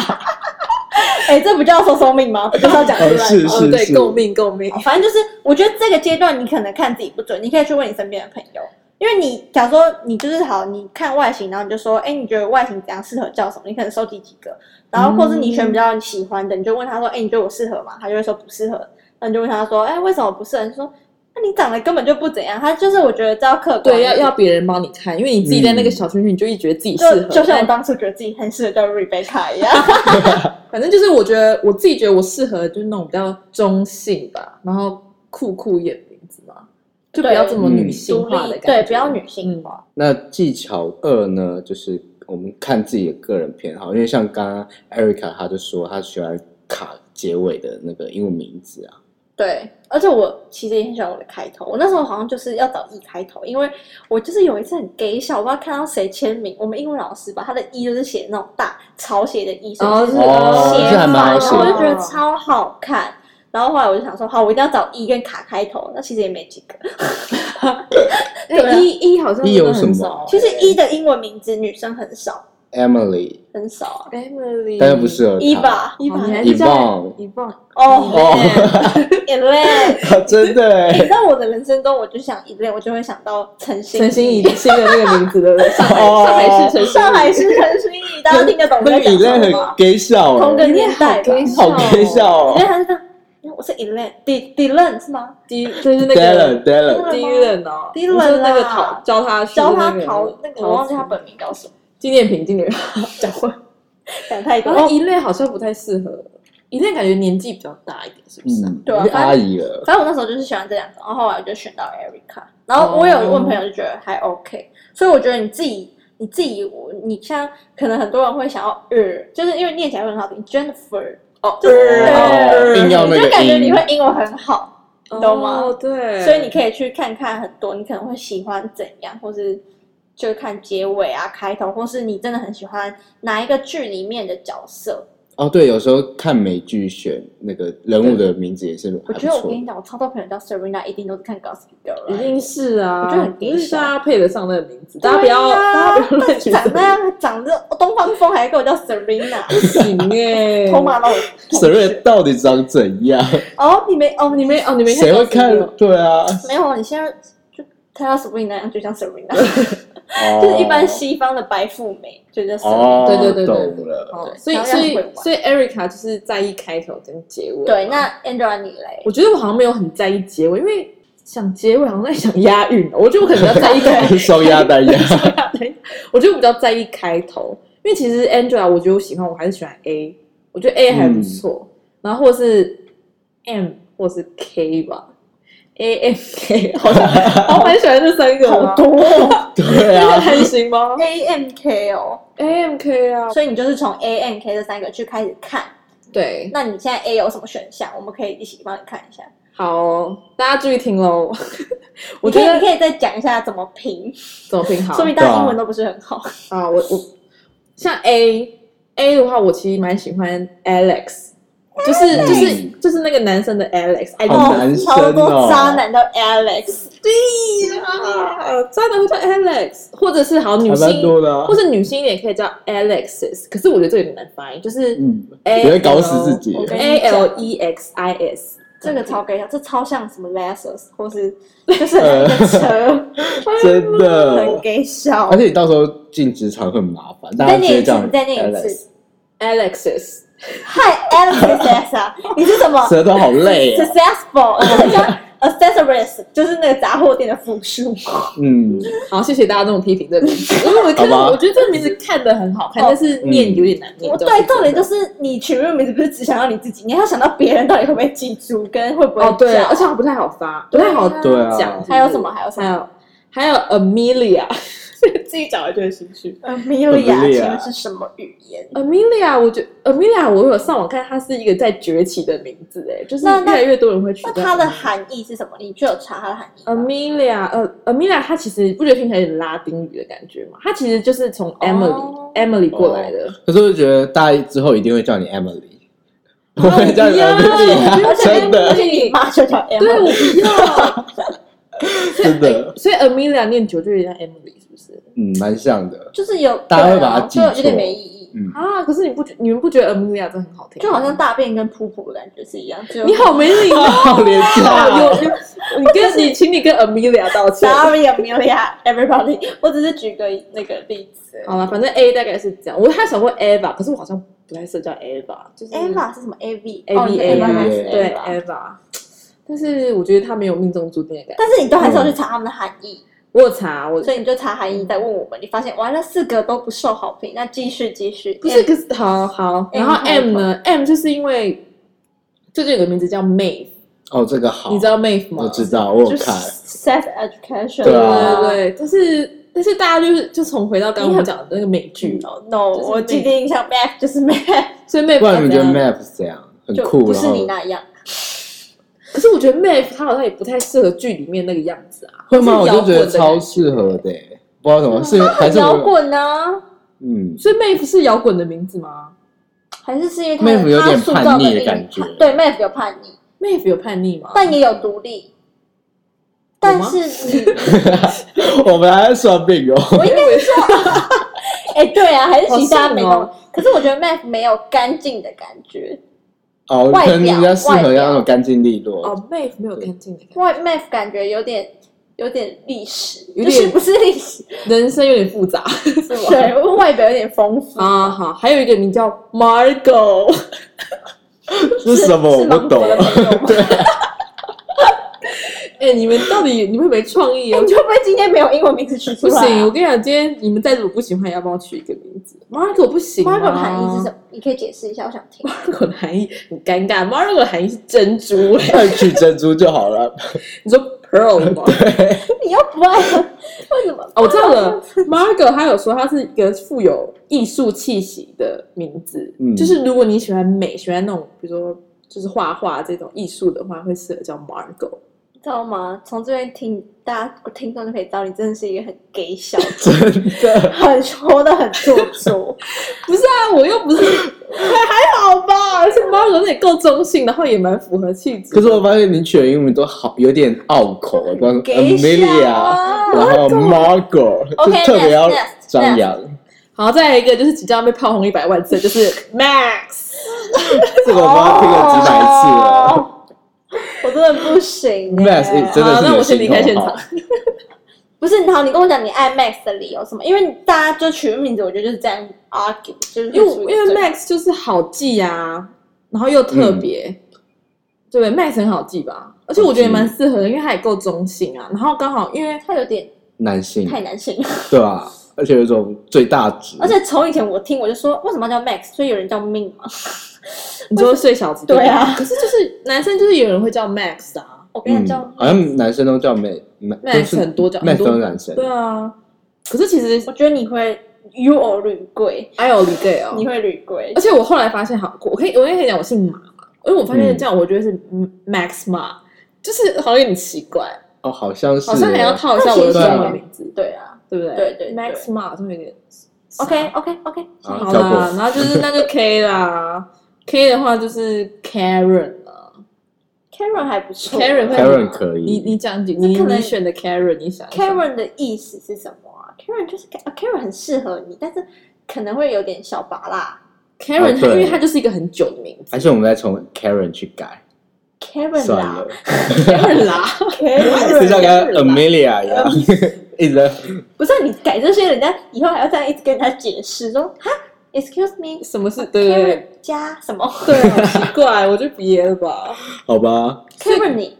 S3: 哎、这不叫说说
S1: (laughs)
S3: 命吗？不就是要讲出来
S1: 哦
S3: 吗？
S1: 是
S2: 哦对，
S1: 是
S2: 够命够命
S3: 哦，反正就是，我觉得这个阶段你可能看自己不准，你可以去问你身边的朋友，因为你假如说你就是好，你看外形，然后你就说，哎，你觉得外形怎样适合叫什么？你可能收集几个，然后或是你选比较喜欢的，你就问他说，哎，你觉得我适合吗？他就会说不适合，那你就问他说，哎，为什么不适合？你说，那你长得根本就不怎样。他就是我觉得这要客观一
S2: 对，
S3: 点，
S2: 要要别人帮你看，因为你自己在那个
S1: 嗯
S2: 小圈圈，你就一直觉得自己适
S3: 就
S2: 合，哎
S3: 就像我
S2: 但
S3: 当初觉得自己很适合叫 Rebecca 一样，
S2: (laughs) 反正就是我觉得我自己觉得我适合就是那种比较中性吧，然后酷酷一点的名字嘛，就不要这么女性
S3: 嗯独
S2: 化的
S3: 立
S2: 感觉，
S3: 对，不要女性
S2: 嗯
S3: 化。
S1: 那技巧二呢，就是我们看自己的个人偏好，因为像刚刚 Erica 她就说她喜欢卡结尾的那个英文名字啊，
S3: 对，而且我其实也很喜欢我的开头。我那时候好像就是要找 E 开头，因为我就是有一次很 gay 笑，我不知道看到谁签名，我们英文老师吧，他的 E 就是写那种大草写的 E，所以
S2: 哦
S3: 就是
S2: 哦
S3: 写
S1: 这还
S3: 反，
S1: 蛮好
S3: 然
S1: 写
S3: 后
S1: 的
S3: 我就觉得超好看。然后后来我就想说，好，我一定要找 E 跟卡开头，那其实也没几个。对啊
S2: 哎，一一好像
S1: 一
S2: 真
S1: 有
S2: 的
S1: 什
S2: 很
S1: 么
S2: 少，
S3: 其实 E 的英文名字女生很少，
S1: Emily，
S3: 很少啊。
S2: Emily，
S1: 但又不哦适合 (laughs)
S3: 伊
S1: 她。
S3: 吧，伊吧
S2: 好，哦你还
S1: 伊
S2: 是
S1: 棒，
S2: 一棒，
S3: 哦 (laughs)
S1: 哦，
S3: ，Elaine，
S1: 啊真的
S3: 欸你知
S1: 欸，
S3: 道我的人生中，我就想一类，我就会想到陈心
S2: 陈心怡新的那个名字的上海
S1: 哦
S2: 上海市陈心怡，
S3: 上海市陈心怡，大家听得懂我
S1: 那
S3: 在
S1: 个
S3: 讲
S1: 以类
S3: 什么
S1: 很
S3: 吗？
S1: 给笑
S3: 同个
S1: 欸，
S3: 年代吧，
S2: 你
S3: 因
S2: 好
S1: 好给笑
S3: 为
S1: 哦
S3: 他是这样，我是 Elaine D Dylan 是吗？
S2: 第就是那
S1: ，Dylan
S2: 个
S1: Dylan，
S2: 第一任哦，
S3: 第一任
S2: 我
S3: 啊
S2: 说那个逃教他去的
S3: 教
S2: 那
S3: 他
S2: 个
S3: 逃那个，我忘记他
S2: 逃
S3: 本名叫什么，
S2: 纪念品纪念品讲过，
S3: 讲太多
S2: (laughs) 然。
S1: 哦
S2: 后一类好像不太适合，一类感觉年纪比较大一点，是不是啊？
S1: 嗯，
S3: 对啊
S1: 你是阿姨了，
S3: 反正我那时候就是喜欢这两个，然后后来我就选到 Erica，然后我有
S1: 哦
S3: 问朋友就觉得还 OK，、所以我觉得你自己你自己你像可能很多人会想要呃，就是因为念起来会很好听，Jennifer，
S2: 哦
S3: 就是
S1: 哦硬要那
S3: 你
S1: 个
S3: 就感觉你
S1: 音
S3: 会英文很好，你懂吗
S2: 哦对，
S3: 所以你可以去看看很多，你可能会喜欢怎样，或是就看结尾啊、开头，或是你真的很喜欢哪一个剧里面的角色。
S1: 哦，对，有时候看美剧选那个人物的名字也是
S3: 我
S1: 还不
S3: 觉得我跟
S1: 错
S3: 你。讲，我超多朋友叫 Serena，一定都是看 Gossip Girl，
S2: 一定是啊，
S3: 我觉得很低
S2: 就是
S3: 效
S2: 大家配得上那个名字，大家不要
S3: 对啊
S2: 大家不要乱取
S3: 长那
S2: 名
S3: 样长着东方风，还跟我叫 Serena，
S2: 字 (laughs) 行哎，
S3: 偷骂到我同
S1: 沈
S3: 学。
S1: 瑞到底长怎样？
S3: 哦，你没哦，
S2: 你
S3: 你
S2: 没
S3: 没
S2: 哦，你没
S1: 谁会看
S2: Gossip Girl？？
S1: 对啊，
S3: 没有，你现在就看到 Serena 那样，就像 Serena，
S1: 哦
S3: 就是一般西方的白富美，就叫 Serena。
S1: 哦，
S2: 对对对对
S1: 懂
S3: (laughs)
S1: 了。
S2: 哦
S3: 对，
S2: 所以
S3: 然后
S2: 所
S3: 要会
S2: 以
S3: 玩
S2: 所以 Erica 就是在意开头跟结尾嘛。
S3: 对，那 Angela 你嘞？
S2: 我觉得我好像没有很在意结尾，因为想结尾好像在想押韵哦，我觉得我可能比较在意开
S1: 双鸭单
S2: (laughs)
S1: 鸭，
S2: 我觉得我比较在意开头，因为其实 Angela 我觉得我喜欢，我还是喜欢 A，我觉得 A 还不错，然后或是 M 或是 K 吧，A M K (laughs)
S1: (laughs)
S2: 好像我蛮喜欢这三个
S3: 好
S2: 吗？
S3: 多、哦、
S1: 对
S2: 那
S1: 啊，
S2: 还行吗
S3: A M K 哦。
S2: ？A M K 啊，
S3: 所以你就是从 A、N、K 这三个去开始看。
S2: 对，
S3: 那你现在 A 有什么选项？我们可以一起帮你看一下。
S2: 好哦、大家注意听喽。 (laughs) 我
S3: 你可
S2: 觉
S3: 以
S2: 得
S3: 你可以再讲一下怎么评，
S2: 怎么评好？
S3: 说明大家英文都不是很好。
S2: 啊，我我像 A A 的话，我其实蛮喜欢 Alex，就是就是就是那个男生的 Alex，I
S1: 嗯好
S2: 啊，
S1: 男生哦
S3: 超多渣男的 Alex，
S2: 渣男会叫 Alex，或者是好女
S1: 还蛮
S2: 性，
S1: 多的啊
S2: 或。是女性一点可以叫 Alexis，可是我觉得这有点难发音，就是
S1: 嗯，
S2: A
S1: 你会搞死自己。
S3: 我跟你
S2: A L E X I S。
S3: 这个超给笑，这超像什么 Lexus 或是
S1: 呃
S3: 就是那个车，
S1: (laughs) 真
S3: 很
S1: 的。
S3: (laughs) 给笑
S1: 而。且你到时候进职场很麻烦，
S3: 你
S1: 大家
S3: 再
S1: 直
S3: 念
S1: 接
S3: 一
S1: 这
S3: 次，
S1: 样
S3: 你再念一
S1: Alex
S3: 次。
S2: Alexis，
S3: Hi Alex，啊，你是什么
S1: 舌头好累
S3: (laughs)
S1: 啊。
S3: ？Successful，很像 accessories，就是那个杂货店的复数。
S1: 嗯，
S2: 好，谢谢大家这么批评这个名字，因为我看
S1: 好
S2: 到
S1: 吧
S2: 我觉得这个名字看的很好看，
S3: 哦
S2: 但是念
S1: 嗯
S2: 有点难念
S3: 我。
S2: 这
S3: 对，
S2: 种
S3: 重点就是你取这个名字不是只想到你自己，你还要想到别人到底会不会记住，跟会不会
S2: 哦，对，
S3: 叫 (laughs)
S2: 而且好像不太好发，不太好
S1: 对啊
S2: 讲。
S3: 还有什么？？还有什
S2: 还
S3: 么？
S2: 有还有 Amelia，自 (laughs) 己讲的就很心虚。
S3: 呃，米莉亚
S1: Amelia
S3: 请问是什么语言？
S2: Amelia，我觉 Amelia，我有上网看，它是一个在崛起的名字，哎，就是
S3: 那
S2: 越
S3: 那
S2: 来越多人会取
S3: (laughs) 那
S2: 这个名字。
S3: 它的含义是什么？你就有查它的含义
S2: 嗯
S3: 吗。
S2: Amelia，呃，Amelia，它其实不觉得听起来有点拉丁语的感觉吗？它其实就是从 Emily、Emily 过来的。
S1: 可是我觉得大一之后一定会叫你 Emily，不
S2: (laughs)
S3: 哦
S2: 哦我
S1: 会叫你
S2: 不要
S1: Emily，
S3: 而
S1: 啊
S3: 且
S1: 真
S3: 而
S1: 的
S3: 且你妈就叫 M，
S2: 对，我不要。哎
S1: 真的，
S2: 所以 Amelia 念久就有点像 Emily，是不是？
S1: 嗯，蛮像的。
S3: (laughs) 就是有
S1: 大家会
S3: 对啊
S1: 把它记
S3: 就有
S1: 错
S3: 点没意义，
S1: 嗯，
S2: 啊，可是你不觉你们不觉得 Amelia 真的很好听吗？
S3: 就好像大便跟噗噗的感觉是一样。就
S2: 你好没礼貌
S1: (laughs) 好廉
S2: 啊！
S1: 价。
S2: 有有，你跟你请你跟 Amelia 道
S3: (laughs)
S2: 歉。
S3: ，Sorry Amelia (laughs) everybody，我只是举个那个例子。
S2: 好了，反正 A 大概是这样。我还想过 Eva，可是我好像不太适合叫 Eva，就是
S3: Ava 是什么？AV 哦
S2: A V A 对
S3: A V，
S2: Eva，但是我觉得他没有命中注定的感觉。
S3: 但是你都还是要去查他们的含义，
S2: 我有查，我
S3: 所以你就查含义再问我们，你发现完了四个都不受好评，那继续继续。
S2: 不是，可是好好。
S3: M
S2: 然后
S3: 开头
S2: M 呢？M 就是因为最近有个名字叫 Mave，
S1: 哦，这个好，
S2: 你知道 Mave 吗？
S1: 我知道，我
S2: 就
S1: 有
S2: 是
S1: 看。
S3: self education，
S1: 对啊
S2: 对对对，就是但是大家就是就从回到刚刚我们讲的那个美剧，
S3: No, no，
S2: 就是
S3: 我
S2: Mac
S3: 既定印象 Mac 就是 Mac，
S2: 所以 Mave
S1: 不然你们觉得
S2: 怎样
S1: Map 是怎样？很
S3: 就
S1: 酷，
S3: 不
S1: 然
S3: 是你
S1: 后
S3: 那样。
S2: 可是我觉得 Mave 它好像也不太适合剧里面那个样子啊。
S1: 会吗？我
S2: 是摇
S1: 就
S2: 滚
S1: 觉
S2: 的
S1: 得超适合的欸，不知道怎么是还是
S3: 摇
S1: 我
S3: 滚啊呢？
S1: 嗯，
S2: 所以 Mave 是摇滚的名字吗
S3: 还是是因为他
S1: Maeve 有
S3: 他
S1: 点
S3: 塑
S1: 叛
S3: 造
S1: 逆的
S3: 一
S1: 感觉
S3: 对 Mac 有叛逆，
S2: ？Mave 有叛逆吗？
S3: 但也有独立。但是你，
S1: 我们还在算命哦。
S3: 我应该是说， (laughs) 哎，对啊，还是
S2: 好
S3: 其他
S2: 像
S3: 没
S2: 哦
S3: 有。可是我觉得 Mac 没有干净的感觉，
S1: 哦，
S3: 外
S1: 可
S3: 表
S1: 能人家适合要那
S3: 外表
S1: 种干净利落。
S2: 哦，Mave 没有干净的感
S3: 外 Mac 感觉有点有点历史，
S2: 有
S3: 就
S2: 点
S3: 是不是历史，
S2: 觉，人生有点复杂。
S3: 是吧？对，外表有点丰富。
S2: 啊，好，还有一个名叫 Margot， (laughs)
S1: 这是什么我
S3: 是
S1: 不
S3: 芒
S1: 懂
S3: 果。的朋友吗？
S2: 哎、你们到底你们没创意
S3: 哎
S2: 哦
S3: 你。会不会今天没有英文名字取出
S2: 不
S3: 来、啊？
S2: 行，我跟你讲，今天你们再怎么不喜欢，也要帮我取一个名字。Margot 不行、啊、
S3: Margot 的含义是什么？你可以解释一下，我想听。
S2: Margot 的含义很尴尬，Margot 的含义是珍珠、哎，
S1: 那你取珍珠就好了。
S2: (laughs) 你说 pearl 吗？
S3: (laughs) 你又不爱，为 (laughs) 什么？
S2: 哦，我知道了。Margot 她有说，她是一个富有艺术气息的名字，
S1: 嗯
S2: 就是如果你喜欢美，喜欢那种比如说就是画画这种艺术的话，会适合叫 Margot。
S3: 你知道吗？从这边听，大家听众就可以知道，你真的是一个很 gay 小子，
S1: 真的，
S3: (laughs) 很活得很做 (laughs) 作。
S2: 不是啊，我又不是还好吧，而且 Margot 那也够中性，然后也蛮符合气质的。
S1: 可是我发现你取的英文都好有点拗口，不然
S3: gay 小
S1: Amelia，
S3: 啊
S1: 然后 Margot，
S3: OK，
S1: 就特别要
S3: next, next,
S1: 张扬。
S2: 好，再来一个就是即将被炮轰一百万次，就是 Max。
S1: (laughs) 这个我不知道听了几百次了。
S3: 哦我真的不行、
S1: (laughs)
S3: 欸。
S1: Max 真的是
S2: 好，那
S1: 你
S2: 我
S1: 的
S2: 先离
S1: 心头
S2: 开现
S1: 好
S2: 场。
S3: 不是，好，你跟我讲你爱 Max 的理由是什么？因为大家就取个名字，我觉得就是这样 argue，就是
S2: 因为因为
S3: 对
S2: Max 就是好记啊，然后又特别，对不对？Max 很好记吧？而且我觉得也蛮适合的，因为他也够中性啊。然后刚好因为
S3: 他有点
S1: 男性，
S3: 太难性了。
S1: 对啊，而且有一种最大值，
S3: 而且从以前我听我就说，为什么要叫 Max？所以有人叫 Min 嘛。
S2: 你说最小子
S3: 对啊 (laughs)
S2: 吧可是就是男生就是有人会叫 Max 啊
S3: 我跟
S1: 嗯
S3: 你讲，，
S1: 好像男生都叫 Max
S2: ，Max 很多叫很
S1: Max 都
S2: 多
S1: 是，男生，
S2: 对啊。可是其实
S3: 我觉得你会 you or 绿贵，
S2: 还有李 gay 哦，
S3: 你会绿贵
S2: 而，且我后来发现，好，我可以，我也可以讲我姓马嘛，因为我发
S3: 嗯
S2: 现这样，我觉得是 Max 马，就是好像有点奇怪，
S1: 哦，好像是，
S2: 好像还要套一下我的中文名字，
S3: 对啊
S2: 对不对？
S3: 对对对
S2: ，Max 马好像有点傻
S3: ，OK OK OK，
S1: 啊
S2: 好
S1: 跳
S2: 啦，
S1: 过
S2: 然后就是那就 K 啦，K 的话就是 Karen 啦
S3: Karen 还不错
S2: Karen 会
S1: Karen 可以
S2: 你你讲几，你
S3: 可能
S2: 你选的 Karen，你想一想
S3: Karen 的意思是什么啊？Karen 就是啊 Karen 很适合你，但是可能会有点小拔辣。
S2: Karen，
S1: 哦
S2: 她
S1: 对
S2: 因为她就是一个很久的名字
S1: 还，是我们再从 Karen 去改，
S3: Karen 啊
S1: 算
S3: 啦
S1: 了，
S2: Karen 啦，
S1: (laughs)
S3: ，Karen，
S1: 就像刚刚
S3: Karen 啦
S1: Amelia 一样， (laughs) 一直在
S3: 不是你改这些，人家以后还要这样一直跟人家解释说哈，Excuse me，
S2: 什么事？对对
S3: Karen
S2: 对
S3: 加什么
S2: 对，啊好奇怪，我就别了吧。
S1: 好吧，
S3: (laughs) Karen 你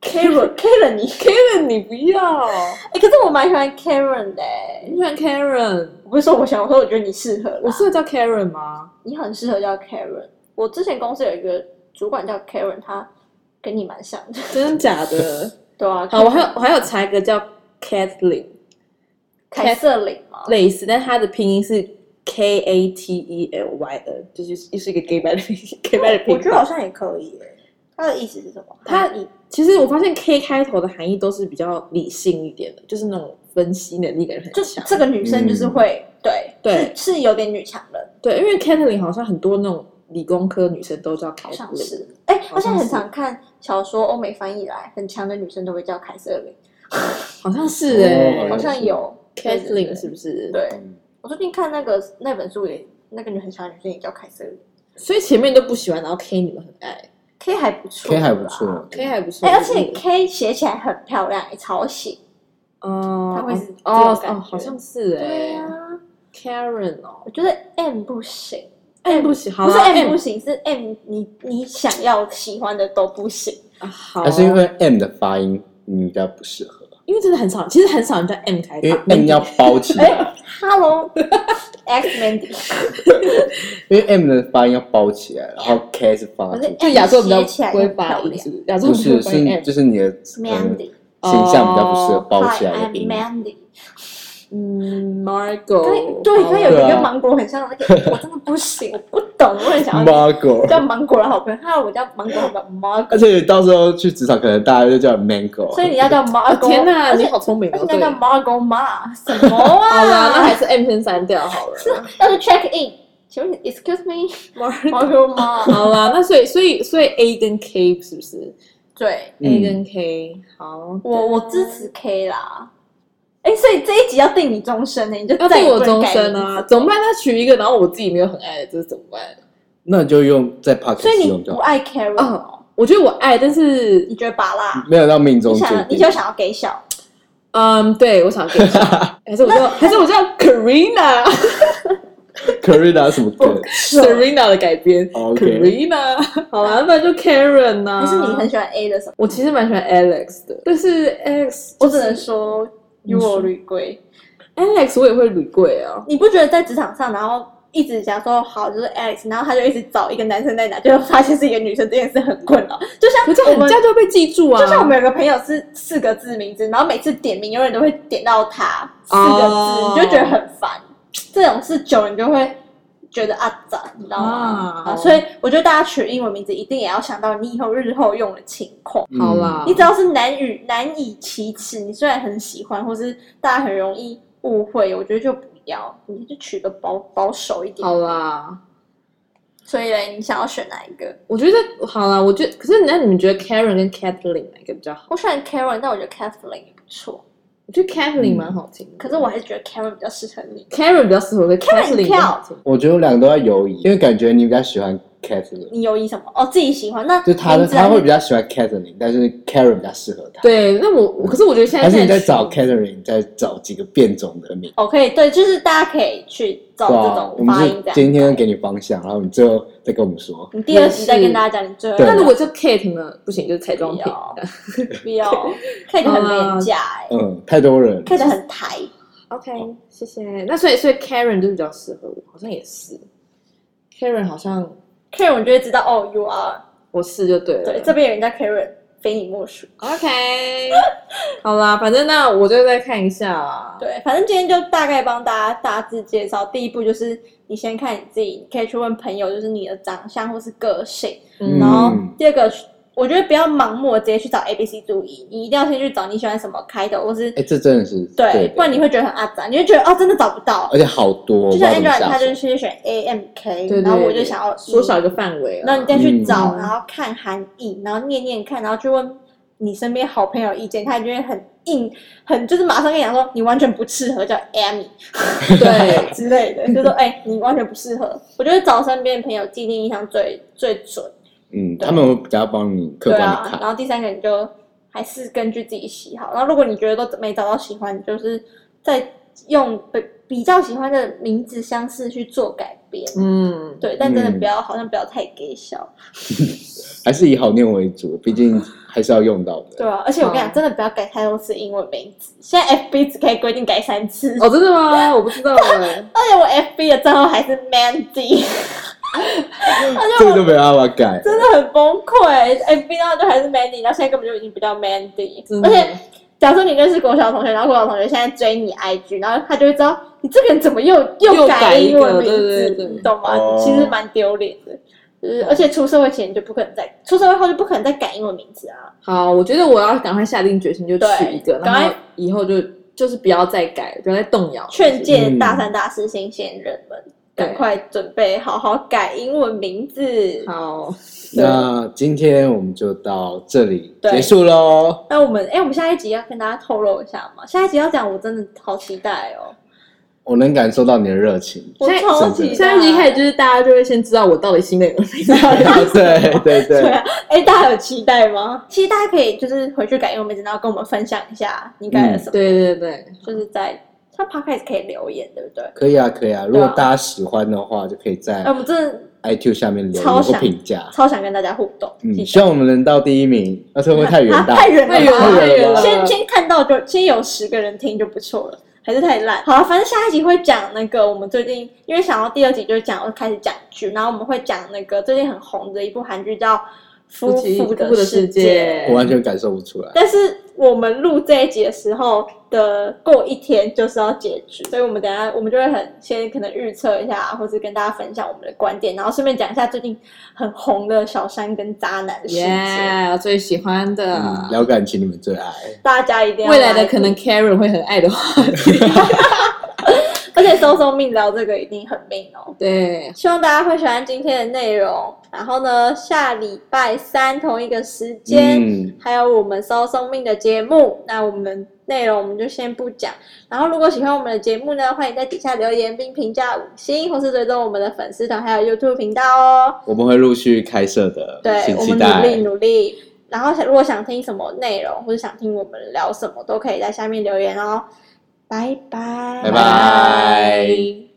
S3: Karen Karen 你， (laughs)
S2: Karen，你不要，
S3: 哎，可是我蛮喜欢 Karen 的欸，
S2: 你喜欢 Karen？
S3: 我不是说我喜欢，我说我觉得你适合啦，
S2: 我是叫 Karen 吗？
S3: 你很适合叫 Karen。我之前公司有一个主管叫 Karen，他跟你蛮像的。
S2: 真的假的？
S3: 对啊，
S2: 好，我还有我还有查一个叫 Kathleen，
S3: 凯瑟琳嘛，
S2: 类似，但它的拼音是 K A T E L Y N，就是是一个 gay 版的 gay 版的拼
S3: 哦我
S2: 音
S3: 觉。得好像也可以耶。他的意思是什么？
S2: 他
S3: 意
S2: 其实我发现 K 开头的含义都是比较理性一点的，就是那种分析能力感觉很
S3: 就
S2: 强。
S3: 这个女生就是会嗯对
S2: 对
S3: 是是有点女强人，
S2: 对，因为 Kathleen 好像很多那种理工科女生都叫
S3: 好
S2: Kathleen，
S3: 像是。哎，
S2: 好
S3: 而且
S2: 像
S3: 很
S2: 是
S3: 常看小说，欧美翻译来很强的女生都会叫凯瑟琳，
S2: 好像是哎、
S1: 哦
S3: 好像有对对
S2: Kathleen
S3: 对
S2: 是不是？
S3: 对，我最近看那个那本书也，那个女很强的女生也叫凯瑟琳
S2: 所以前面都不喜欢，然后 K 你们很爱
S3: ，K 还不错
S1: ，K 还不
S3: 啦
S1: 错
S2: ，K 还不错。
S3: 哎、而且
S2: 嗯
S3: K 写起来很漂亮，欸超写。
S2: 哦，
S3: 它会是
S2: 哦
S3: 这种感
S2: 哦，
S3: 觉啊
S2: 好像是哎、，Karen 哦
S3: 我觉得 M 不行，
S2: ，M 不行，好
S3: 不是
S2: 啦
S3: M 不行，是 M 你你想要喜欢的都不行。
S2: 啊好啊，
S1: 还是因为 M 的发音你比较不适合，
S3: 啊
S2: 因为真的很少，其实很少人叫 M 开头
S1: 因为 M 要包起
S3: 哎、
S1: 来，
S3: h e l l (laughs) o X
S2: (laughs)
S3: Mandy，
S1: 因为 M 的发音要包起来，然后 K 是发
S3: 可
S1: 出
S3: 是
S1: 去，
S2: 就亚洲比较
S3: 哎写起来
S2: 规
S3: 很
S2: 发
S3: 漂
S2: 音，
S3: 亮
S2: 是不是亚洲
S1: 不
S2: 比较
S1: 是
S2: 规
S1: 是
S2: M，
S1: 就是你的嗯
S3: Mandy，哦
S1: 形象比较不适合包
S3: Hi
S1: 起来
S3: I'm
S1: 的音。
S3: Mandy。
S2: 嗯
S3: 跟
S2: ，Margot，哦
S3: 对，跟有一
S1: 对啊
S3: 个芒果很像的那个，我真的不行，我不懂，我
S2: (laughs)
S3: 很想要
S1: Margot，
S3: 叫芒果的好朋友，他我叫芒果好朋友 Margot，
S1: 而且到时候去职场，可能大家就叫你 Mango。
S3: 所以你要叫
S2: 哦
S3: Margot。
S2: 天哪，
S3: 而且
S2: 你好聪明
S3: 而
S2: 哦，对
S3: 且那，叫 Margot 妈什么
S2: (laughs)
S3: 啊？
S2: 好啦，那还是 M 先删掉好了
S3: (laughs) 要是啊 check in，请问 excuse me，Margot
S2: ，Margot，
S3: 妈？ (laughs)
S2: 好啦，那所以所以所以 A 跟 K 是不是
S3: 对，
S2: ？A
S1: 嗯
S2: 跟 K，好，
S3: 我我支持 K 啦。哎，所以这一集要定你终身呢，你就
S2: 要
S3: 再
S2: 对
S3: 也不
S2: 我
S3: 能
S2: 终
S3: 改
S2: 身
S3: 名
S2: 啊，
S3: 字
S2: 怎么办？他取一个，然后我自己没有很爱的，这是怎么办？
S1: 那你就用在 p o c
S3: 所
S1: k e
S3: 以
S1: t
S3: 你
S1: 用就
S3: 不
S1: 好，
S3: 爱 Karen，哦
S2: 嗯我觉得我爱，但是
S3: 你觉得拔辣？
S1: 没有到命中
S3: 你
S1: 注
S3: 想，你
S1: 定
S3: 就。想要给小，
S2: 嗯，对我想
S3: (laughs)
S2: 给你，还是我叫还是我叫 Karina
S1: (laughs) Karina 什么
S3: 不
S1: 歌？
S2: Serena 的改编
S1: OK
S2: Karina，好 (laughs) 啦，不然就 Karen 呐、啊。
S3: 还哦是你很喜欢 A 的什么？
S2: 我其实蛮喜欢 Alex 的，但是 Alex
S3: 我只能说
S2: 你
S3: 与
S2: 说
S3: 我屡归。
S2: Alex 我也会捋贵啊。
S3: 你不觉得在职场上，然后一直讲说好就是 Alex，然后他就一直找一个男生在哪，就发现是一个女生，这件事很困扰。就像
S2: 可是
S3: 我
S2: 很
S3: 们
S2: 这样就会被记住啊。
S3: 就像我们有个朋友是四个字名字，然后每次点名永远都会点到他四个字，
S2: 哦
S3: 你就觉得很烦。这种事久了你就会觉得啊咋，你知道吗？
S2: 啊
S3: 啊，所以我觉得大家取英文名字一定也要想到你以后日后用的情况。
S1: 嗯
S2: 好啦，
S3: 你只要是难以难以启齿，你虽然很喜欢，或是大家很容易误会，我觉得就不要，你就取个保保守一点。
S2: 好啦，
S3: 所以嘞，你想要选哪一个？
S2: 我觉得好啦，我觉得可是那你们觉得 Karen 跟 Kathleen 哪一个比较好？
S3: 我选 Karen，但我觉得 Kathleen 也不错，
S2: 我觉得 Kathleen
S1: 嗯
S2: 蛮好听的，
S3: 可是我还是觉得 Karen 比较适合你。
S2: Karen 比较适合，可是
S3: Karen
S2: Kathleen 比较好听。
S1: 我觉得我两个都在犹疑，因为感觉你比较喜欢 Catherine，
S3: 你犹疑什么？哦，自己喜欢那
S1: 就他的
S3: 名字还
S1: 他
S3: 是
S1: 会比较喜欢 Catherine，但是 Karen 比较适合他。
S2: 对，那我我可是我觉得现在
S1: 还是你在
S2: 取
S1: 找啊 Catherine，再找几个变种的名，
S3: 哦，可以，对，就是大家可以去找
S1: 对
S3: 这
S1: 吧？我
S3: 种
S1: 们
S3: 发音
S1: 是
S3: 这样。
S1: 今天给你方向，然后你最后再跟我们说。
S3: 你第二集再跟大家讲，你最后
S1: 对
S2: 啊那如果是 Kate 呢？不行，就是彩妆品
S3: 不。要不要，Kate
S2: (laughs)
S3: 很廉价哎
S1: 嗯，太多人了。
S3: ，Kate 很欸台，
S2: OK，谢谢。那所以所以 Karen 就是比较适合我，好像也是。Karen 好像
S3: Karen 我就会知道哦，You are。
S2: 我是就对了。
S3: 对，这边有人叫 Karen，非你莫属。
S2: OK，好 (laughs) 啦，反正那我就再看一下啦。，
S3: 对，反正今天就大概帮大家大致介绍。第一步就是你先看你自己，你可以去问朋友，就是你的长相或是个性。
S2: 嗯，
S3: 然
S2: 然后
S3: 后
S1: 嗯
S3: 第二个，我觉得不要盲目地直接去找 A、B、C 注意，你一定要先去找你喜欢什么开头，或是
S1: 哎，这真的是
S3: 对，
S1: 对的，
S3: 不然你会觉得很阿杂，你会觉得哦，真的找不到
S1: 而。且好多，
S3: 就
S1: 我不知
S3: 像
S1: 道怎么
S3: Angela，
S1: 下
S3: 她
S1: 手
S3: 就是去选 A M K，
S2: 对
S3: 然后
S2: 对
S3: 我就
S2: 对
S3: 想要
S2: 缩
S3: 一
S2: 小一个范围啊。
S3: 那你再去找，
S2: 嗯
S3: 然后看含义，然后念念看，然后去问你身边好朋友意见，他就会很硬，很就是马上跟你讲说你完全不适合叫
S1: (laughs)
S3: Amy
S2: 对
S3: 之类的，就说哎、你完全不适合。我觉得找身边的朋友既定印象最最准，
S1: 嗯，
S3: 对
S1: 他们会比较帮你客
S3: 对
S1: 观
S3: 啊
S1: 的，
S3: 然
S1: 看，
S3: 后第三个你就还是根据自己喜好，然后如果你觉得都没找到喜欢，你就是再用比比较喜欢的名字相似去做改编。
S2: 嗯，
S3: 对，但真的
S1: 嗯
S3: 不要，好像不要太给小，
S1: 还是以好念为主，毕竟还是要用到的。
S3: 对啊。而且我跟你
S2: 嗯
S3: 讲，真的不要改太多次英文名字。现在 FB 只可以规定改三次，
S2: (laughs) 哦，真的吗？我不
S3: (laughs)
S2: 知道哎。
S3: 而且我 FB 的账号还是 Mandy，
S1: 这个就没办法改，
S3: 啊真的很崩溃。FB 账号就还是 Mandy，然后现在根本就已经不叫 Mandy，
S2: 真的
S3: 而且假设你认识国小同学，然后国小同学现在追你 IG，然后他就会知道你这个人怎么又
S2: 又改
S3: 改
S2: 一个
S3: 英文名
S2: 对
S3: 字，
S2: 对对哦
S3: 你懂吗？
S1: 哦
S3: 其实蛮丢脸的。就是而且出社会前你就不可能再，出社会后就不可能再改英文名字啊。
S2: 好，我觉得我要赶快下定决心，就取一个，
S3: 对
S2: 然后
S3: 赶快
S2: 以后就就是不要再改，不要再动摇。
S3: 劝诫
S1: 嗯
S3: 大三、大四新鲜人们，
S2: 对
S3: 赶快准备好好改英文名字。
S2: 好，
S1: 那今天我们就到这里
S3: 对
S1: 结束喽。
S3: 那我们哎、我们下一集要跟大家透露一下嘛？下一集要讲，我真的好期待哦！
S1: 我能感受到你的热情，
S3: 我
S2: 下一
S3: 超期待。
S2: 下一集开始就是大家就会先知道我到底新的有没
S1: (laughs)
S2: 有。
S3: (laughs)
S1: 对对
S3: 对
S1: 对，
S3: 啊，哎、大家有期待吗？其实大家可以就是回去改英文名字，然后跟我们分享一下你改了什么，
S2: 嗯对对对，
S3: 就是在像 podcast 可以留言，对不对？
S1: 可以啊可以啊。如果大家喜欢的话，就可以在
S3: 哎、我们真
S1: iTune 下面留
S3: 超
S1: 言或
S3: 想
S1: 评价
S3: 的。超想跟大家互动，记
S1: 嗯，
S3: 得
S1: 希望我们能到第一名，那会不会太远
S3: 啊
S1: 大？
S3: 太远了吧，
S2: 太远了，
S1: 太
S2: 太
S1: 远
S2: 远
S1: 了
S2: 了。
S3: 先先看到就先有十个人听就不错了，还是太烂。好啊了，反正下一集会讲那个我们最近，因为想到第二集就讲开始讲剧，然后我们会讲那个最近很红的一部韩剧叫《夫
S2: 夫妻
S3: 妇
S2: 夫妇的世
S3: 世
S2: 界
S1: 我完全感受不出来。
S3: 但是我们录这一集的时候的过一天就是要结局，所以我们等一下我们就会很先可能预测一下，或者跟大家分享我们的观点，然后顺便讲一下最近很红的小三跟渣男的事件。
S2: 耶，最喜欢
S3: 啊
S1: 嗯，
S2: 的，
S1: 聊感情你们最爱，
S3: 大家一定要
S2: 未
S3: 来
S2: 来的可
S3: 听
S2: 能 Karen 会很爱的话题。
S3: 而且收收命聊这个一定很命哦。
S2: 对，
S3: 希望大家会喜欢今天的内容，然后呢，下礼拜三同一个时间，
S1: 嗯，
S3: 还有我们收生命的节目，那我们内容我们就先不讲。然后如果喜欢我们的节目呢，欢迎在底下留言并评价五星，或是追踪我们的粉丝团还有 YouTube 频道哦。
S1: 我们会陆续开设的，
S3: 对
S1: 请，
S3: 我
S1: 期
S3: 们努
S1: 待。
S3: 力努力。然后想如果想听什么内容，或者想听我们聊什么，都可以在下面留言哦。拜拜，
S1: 拜拜。